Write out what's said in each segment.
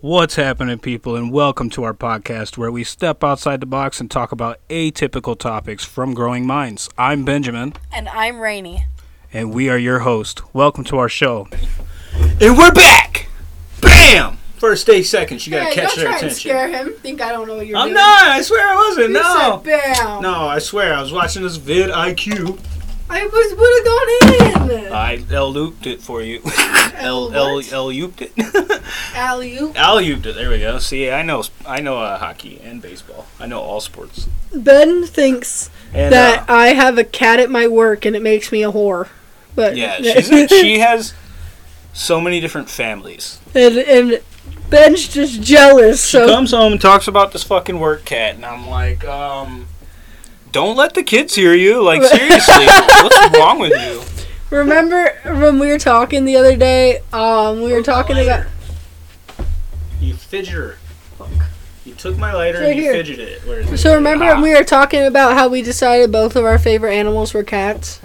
What's happening, people, and welcome to our podcast where we step outside the box and talk about atypical topics from growing minds. I'm Benjamin, And I'm Rainy. and we are your host. Welcome to our show. And we're back! Bam! First eight seconds, you gotta hey, catch don't their try and attention. scare him. Think I don't know what you're I'm doing. not, I swear I wasn't, You no. said bam. No, I swear, I was watching this vid IQ. I was would have gone in. I L looped it for you. L L what? L looped it. Alley oop. L looped it, there we go. See, I know I know uh, hockey and baseball. I know all sports. Ben thinks And that I have a cat at my work and it makes me a whore. uh, But yeah, she's a, she has so many different families. and, and Ben's just jealous. She So comes home and talks about this fucking work cat, and I'm like, um, don't let the kids hear you. Like, seriously, what's wrong with you? remember when we were talking the other day? Um, we were talking about You fidgeter. You took my lighter Right and you here. fidgeted it. Where is it? so remember Ah. when we were talking about how we decided both of our favorite animals were cats.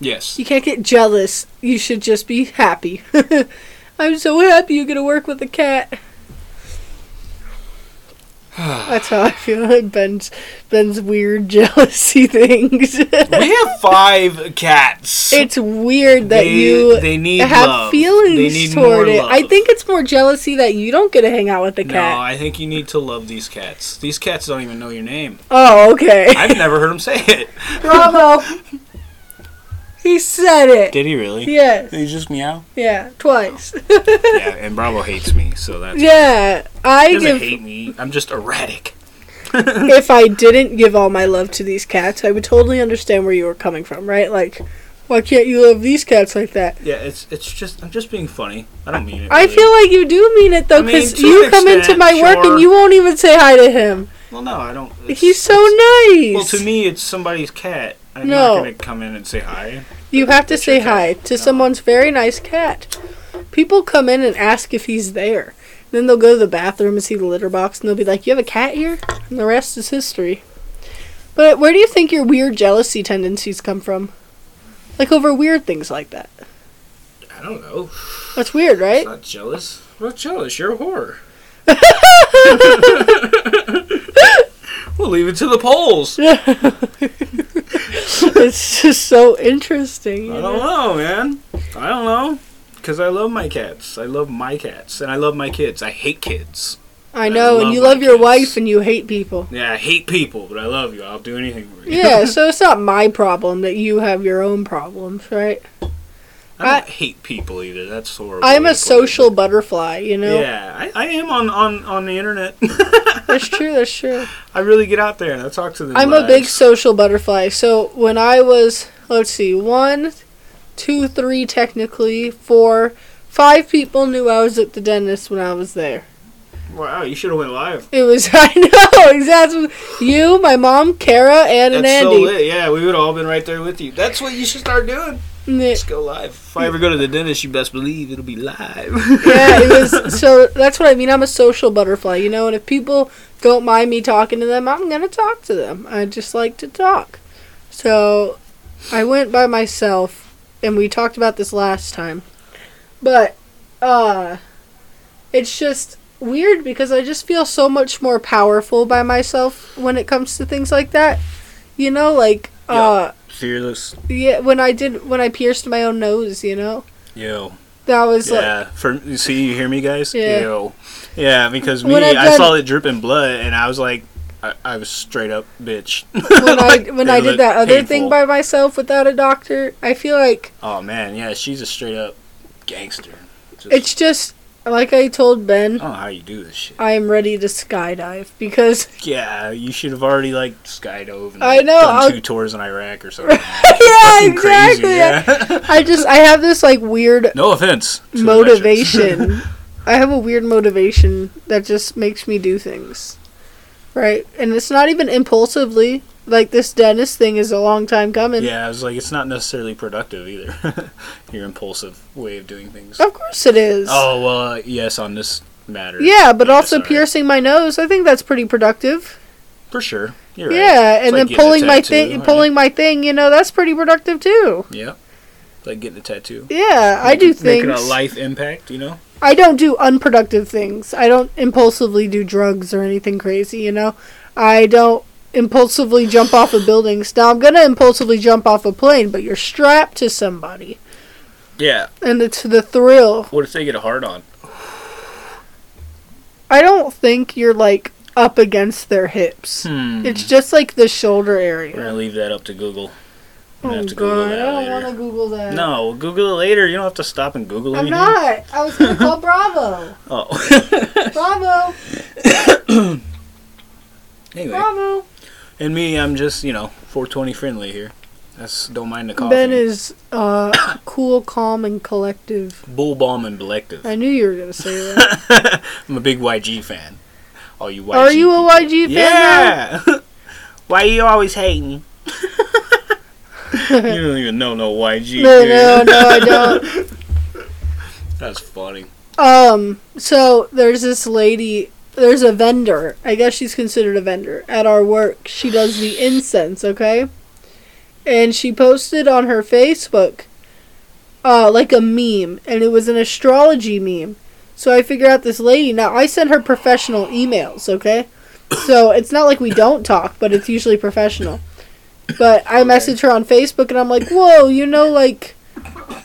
Yes. You can't get jealous. You should just be happy. I'm so happy you get to work with a cat. That's how I feel like Ben's Ben's weird jealousy things. we have five cats. It's weird that They- you they need have love. feelings They need more toward it. I love. think it's more jealousy that you don't get to hang out with the no, cat. I think you need to love these cats. These cats don't even know your name. Oh, okay. I've never heard him say it. Bravo. he said it. Did he really? Yes. He just meow. Yeah. Twice. yeah, and Bravo hates me, so that's. yeah. I He doesn't give. hate me. I'm just erratic. if I didn't give all my love to these cats, I would totally understand where you were coming from. Right? Like, why can't you love these cats like that? Yeah, it's it's just I'm just being funny. I don't mean it. I really. feel like you do mean it though, I mean, because to you an come into extent, my work sure. and you won't even say hi to him. Well, no, I don't. it's- He's so it's- nice. Well, to me, it's somebody's cat. I'm No. not gonna come in and say hi. You have to That's your say cat. hi to No. someone's very nice cat. People come in and ask if he's there. Then they'll go to the bathroom and see the litter box and they'll be like, You have a cat here? And the rest is history. But where do you think your weird jealousy tendencies come from? Like over weird things like that. I don't know. That's weird, right? It's not jealous. I'm not jealous. You're a whore. we'll leave it to the polls. I it's just so interesting. you don't know, know? man. I don't know. Because I love my cats. I love my cats. And I love my kids. I hate kids. I know, love and you my love your kids. wife and you hate people. Yeah, I hate people, but I love you. I'll do anything for you. Yeah, so it's not my problem that you have your own problems, right? I I- don't hate people either. That's horrible. I'm way to a put it. social butterfly, you know? Yeah, I, I am on, on, on the internet. That's true, that's true. I really get out there and I talk to them. I'm a big social butterfly. So when I was, let's see, one, two, three, technically, four, five people knew I was at the dentist when I was there. Wow, you should have went live. It was, I know, exactly. You, my mom, Kara, and an That's Andy. so lit. Yeah, we would all been right there with you. That's what you should start doing. And it- Just go live. If I ever go to the dentist, you best believe it'll be live. yeah, it was. So that's what I mean. I'm a social butterfly, you know. And if people don't mind me talking to them, I'm gonna talk to them. I just like to talk. So I went by myself, and we talked about this last time, but uh, it's just weird because I just feel so much more powerful by myself when it comes to things like that. You know, like uh, Fearless. yeah, when I did when I pierced my own nose, you know, Yo. that was like. yeah. For you see, you hear me, guys. Yeah. Yo. Yeah, because me, When I've I done- saw it dripping blood, and I was like, I, I was straight up bitch. when I Like, it when I did looked that other painful. thing by myself without a doctor, I feel like Oh man, yeah, she's a straight up gangster. Just, it's just like I told I Ben, don't know how you do this shit. I am ready to skydive because Yeah, you should have already like skydove. And, I like, know, done I'll- two tours in Iraq or something. yeah, Fucking exactly. yeah. I just I have this like weird no offense. to the veterans. motivation. I have a weird motivation that just makes me do things. Right? And it's not even impulsively. Like this dentist thing is a long time coming. Yeah, I was like, it's not necessarily productive either. Your impulsive way of doing things. Of course it is. Oh well, uh, yes, on this matter. yeah, but also sorry. piercing my nose, I think that's pretty productive. for sure. You're Yeah, right. It's like and then getting a pulling my tattoo, thing, right? pulling my thing. You know, that's pretty productive too. Yeah, It's like getting a tattoo. Yeah, I do Making- things. Making a life impact, you know. I don't do unproductive things. I don't impulsively do drugs or anything crazy, you know? I don't impulsively jump off of buildings. Now, I'm going to impulsively jump off a plane, but you're strapped to somebody. Yeah. And it's the thrill. What if they get a hard on? I don't think you're, like, up against their hips. Hmm. It's just, like, the shoulder area. We're gonna leave that up to Google. We're gonna Oh, have to Google God. I that don't later. want to Google that. No, we'll Google it later. You don't have to stop and Google Uh, I'm anything. not. I was going to call Bravo. Oh. Bravo. anyway, Bravo. and me, I'm just you know 420 friendly here. That's don't mind the coffee. Ben is uh, cool, calm, and collective. bull balm and Belective. I knew you were gonna say that. I'm a big YG fan. All you YG. Are you a people. YG fan? now? Yeah. Why you always hating? you don't even know no YG. No, dude. no, no, I don't. That's funny. Um, so there's this lady. There's a vendor. I guess she's considered a vendor at our work. She does the incense, okay? And she posted on her Facebook, uh, like a meme, and it was an astrology meme. So I figure out this lady. Now I send her professional emails, okay? So it's not like we don't talk, but it's usually professional. But I message her on Facebook and I'm like, "Whoa, you know like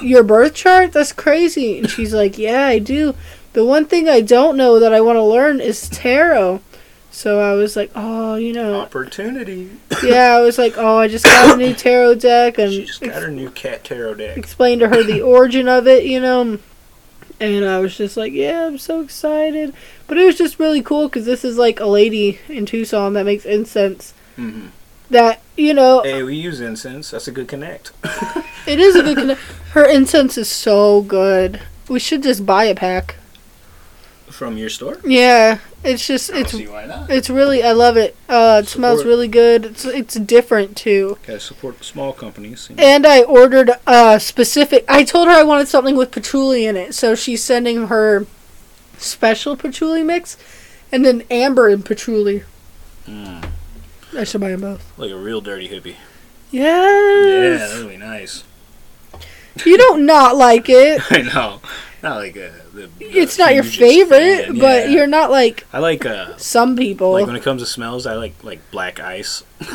your birth chart? That's crazy." And she's like, "Yeah, I do. The one thing I don't know that I want to learn is tarot." So I was like, "Oh, you know, Opportunity. yeah." I was like, "Oh, I just got a new tarot deck and She just got her new cat tarot deck. explained to her the origin of it, you know. And I was just like, yeah, I'm so excited. But it was just really cool because this is like a lady in Tucson that makes incense. hmm That, you know, Hey, we use incense. That's a good connect. it is a good conne- Her incense is so good. We should just buy a pack. From your store? Yeah, it's just, I don't it's see why not. it's really, I love it. Uh, it smells Support. really good. It's, it's different too. Gotta support the small companies. you know. And I ordered a specific. I told her I wanted something with patchouli in it, so she's sending her special patchouli mix, and then amber and patchouli. Mm, I should buy them both. like a real dirty hippie. Yeah, Yes. that'd be nice. You don't not like it. I know. Not like a. The, the It's not your hugest favorite, fan, but yeah. you're not like I like uh, some people. like when it comes to smells, I like like black ice,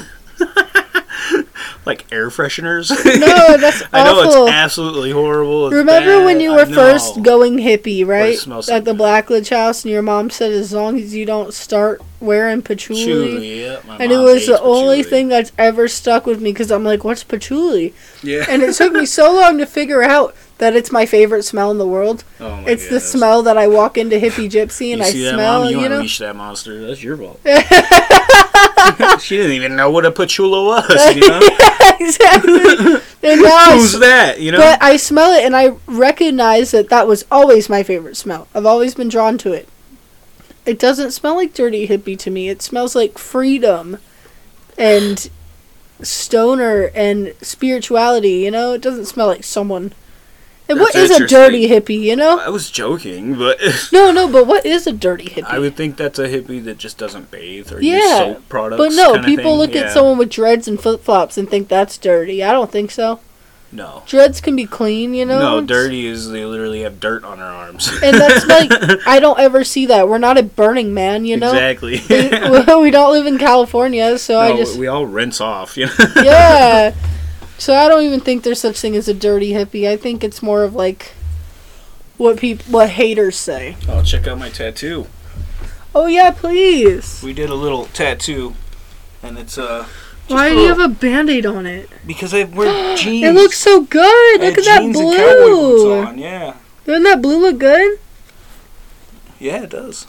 like air fresheners. no, that's I know awful. it's absolutely horrible. It's Remember when bad, you I were know. first going hippie, right? smells so At the good. Blackledge house, and your mom said, as long as you don't start wearing Patchouli, yeah, my and it mom was the hates only patchouli. thing that's ever stuck with me because I'm like, what's patchouli? Yeah. And it took me so long to figure out that it's my favorite smell in the world. oh my it's the goodness. smell that I walk into hippie gypsy and you I see that, smell, mom? You, you know. unleashed that monster. That's your fault. she didn't even know what a patchoula was. You know? exactly. And now I Who's s- that? You know. but I smell it and I recognize that that was always my favorite smell. I've always been drawn to it. It doesn't smell like dirty hippie to me. It smells like freedom and stoner and spirituality, you know? It doesn't smell like someone. And what That's is a dirty hippie, you know? I was joking, but No, no, but what is a dirty hippie? I would think that's a hippie that just doesn't bathe or use Yeah, soap products. but no, kinda people thing. look Yeah. at someone with dreads and flip flops and think that's dirty. I don't think so. No. Dreads can be clean, you know? No, It's- dirty is they literally have dirt on their arms. And that's like, I don't ever see that. We're not at Burning Man, you know? exactly. we, we don't live in California, so I No, just we all rinse off. You know? yeah. So I don't even think there's such thing as a dirty hippie. I think it's more of like what people what haters say. Oh, check out my tattoo. Oh yeah, please. We did a little tattoo, and it's uh. just Why a do you little- have a band-aid on it? Because I wear jeans. It looks so good. I Look had at that jeans and cowboy boots blue. on, Yeah, Doesn't that blue look good? yeah, it does.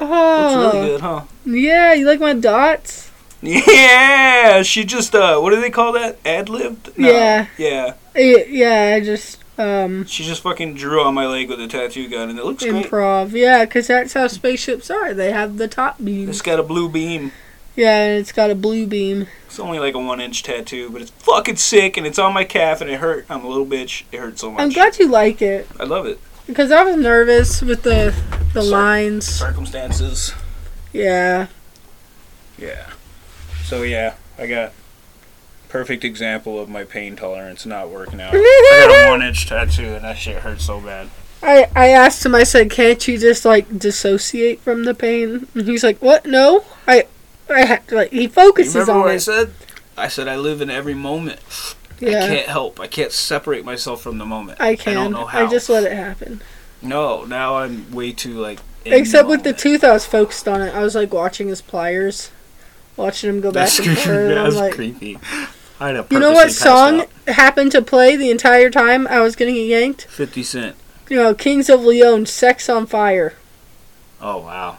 Looks Oh really good, huh? yeah, you like my dots? Yeah, she just uh, what do they call that? Ad libbed. Yeah. yeah. Eh, yeah, I just um She just fucking drew on my leg with a tattoo gun, and it looks great. improv. Yeah, because that's how spaceships are. They have the top beam. It's got a blue beam. Yeah, and it's got a blue beam. It's only like a one inch tattoo, but it's fucking sick, and it's on my calf, and it hurt. I'm a little bitch. It hurt so much. I'm glad you like it. I love it. Because I was nervous with the the Sorry. lines. Circumstances. Yeah. Yeah. So yeah, I got perfect example of my pain tolerance not working out. I got a one inch tattoo, and that shit hurt so bad. I, I asked him, I said, can't you just, like, dissociate from the pain? And he's like, what? No? I, I had, like, he focuses Remember on what I it. said? I said I live in every moment. I Yeah. can't help. I can't separate myself from the moment. I can. I, don't know how. just let it happen. No, now I'm way too like. in Except with the moment. tooth, I was focused on it. I was, like, watching his pliers, watching him go That's back and creepy. forth. and I'm That's like, creepy. I'd have you know purposely what passed song out. happened to play the entire time I was getting yanked? Fifty Cent. You know, Kings of Leon, Sex on Fire. Oh wow.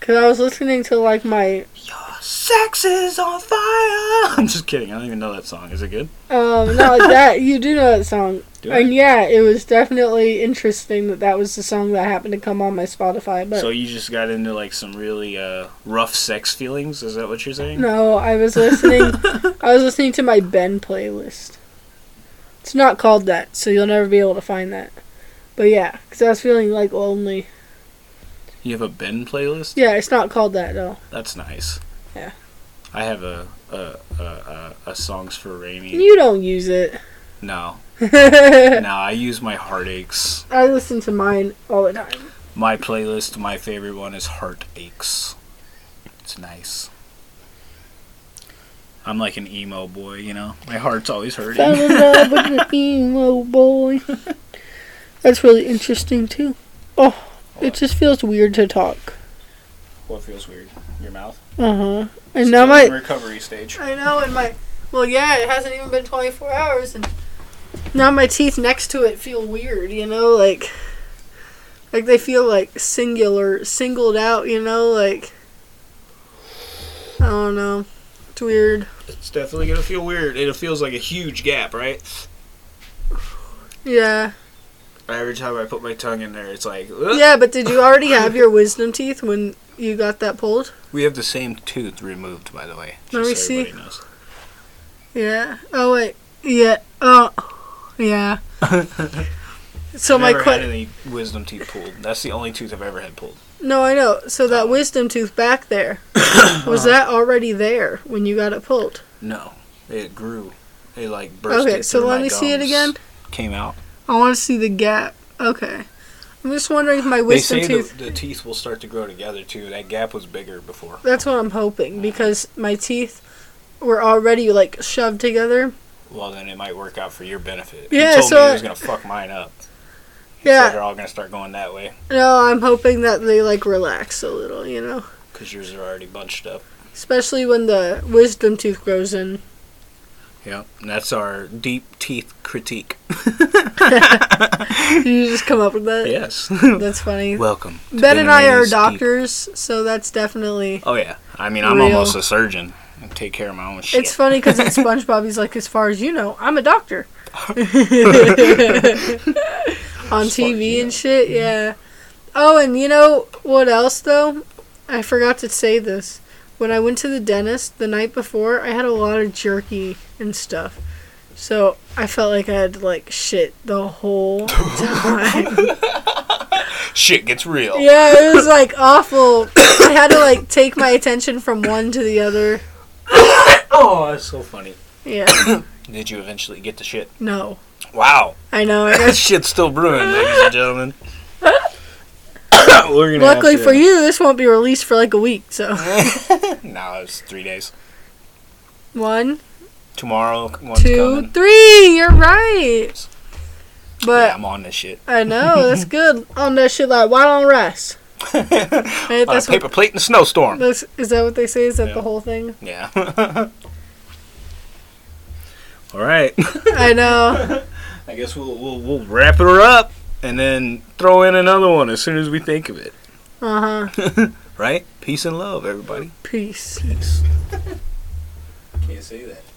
Because I was listening to, like, my, Your sex is on fire. I'm just kidding. I don't even know that song. Is it good? um, not like that. You do know that song. Do I? And yeah, it was definitely interesting that that was the song that happened to come on my Spotify. But so you just got into like some really uh, rough sex feelings. Is that what you're saying? no, I was listening. I was listening to my Ben playlist. It's not called that, so you'll never be able to find that. But yeah, 'cause I was feeling like lonely. You have a Ben playlist. Yeah, it's not called that though. That's nice. Yeah. I have a a a, a, a songs for rainy. You don't use it. no, I no. I use my heartaches. listen to mine all the time. My playlist. My favorite one is heartaches. It's nice. I'm like an emo boy, you know. My heart's always Fell hurting. in love with the emo boy. That's really interesting too. Oh, it just feels weird to talk. what feels weird? Your mouth. Uh huh. And Still now my in recovery stage. I know, and my well, yeah, it hasn't even been 24 hours, and now my teeth next to it feel weird. You know, like like they feel like singular, singled out. You know, like I don't know, it's weird. It's definitely gonna feel weird. It feels like a huge gap, right? Yeah, Every time I put my tongue in there, it's like. "Ugh." yeah, but did you already have your wisdom teeth when you got that pulled? We have the same tooth removed, by the way. Let just so me see. everybody knows. Yeah. Oh wait. Yeah. Oh, yeah. so my Never question. had any wisdom teeth pulled. That's the only tooth I've ever had pulled. No, I know. So Oh. that wisdom tooth back there was that already there when you got it pulled? No, it grew. It like burst. okay, it so through let my me see it gums. again. Came out. I want to see the gap. Okay, I'm just wondering if my wisdom they say tooth. The, the teeth will start to grow together too. That gap was bigger before. That's what I'm hoping because my teeth were already like shoved together. Well, then it might work out for your benefit. Yeah, you told so me I- it was gonna fuck mine up. He said Yeah. they're all gonna start going that way No, I'm hoping that they like relax a little. You know, because yours are already bunched up. especially when the wisdom tooth grows in. Yep, and that's our deep teeth critique. you just come up with that. Yes. That's funny. Welcome. to ben and I are Vietnamese deep- doctors, so that's definitely. Oh yeah, I mean I'm Real. almost a surgeon. I take care of my own shit. It's funny because in SpongeBob, he's like, as far as you know, I'm a doctor. On As far as TV you know. and shit, yeah. Oh, and you know what else, though? I forgot to say this. When I went to the dentist the night before, I had a lot of jerky and stuff. So I felt like I had to, like, shit the whole time. shit gets real. yeah, it was, like, awful. I had to, like, take my attention from one to the other. Oh, that's so funny. Yeah. Did you eventually get the shit? No. Wow, I know. I got that shit's still brewing, ladies and gentlemen. We're gonna have Luckily to- for you, this won't be released for like a week. So no, it's three days. one, Tomorrow one's two, coming. three. You're right. Yeah, But I'm on this shit. I know that's good on that shit. Like, why don't rest? on a Right? That's paper what, plate in a snowstorm. that's, is that what they say? Is that Yeah. the whole thing? Yeah. All right. I know. I guess we'll, we'll we'll wrap her up and then throw in another one as soon as we think of it. Uh huh. Right? Peace and love, everybody. Peace. Peace. Can't say that.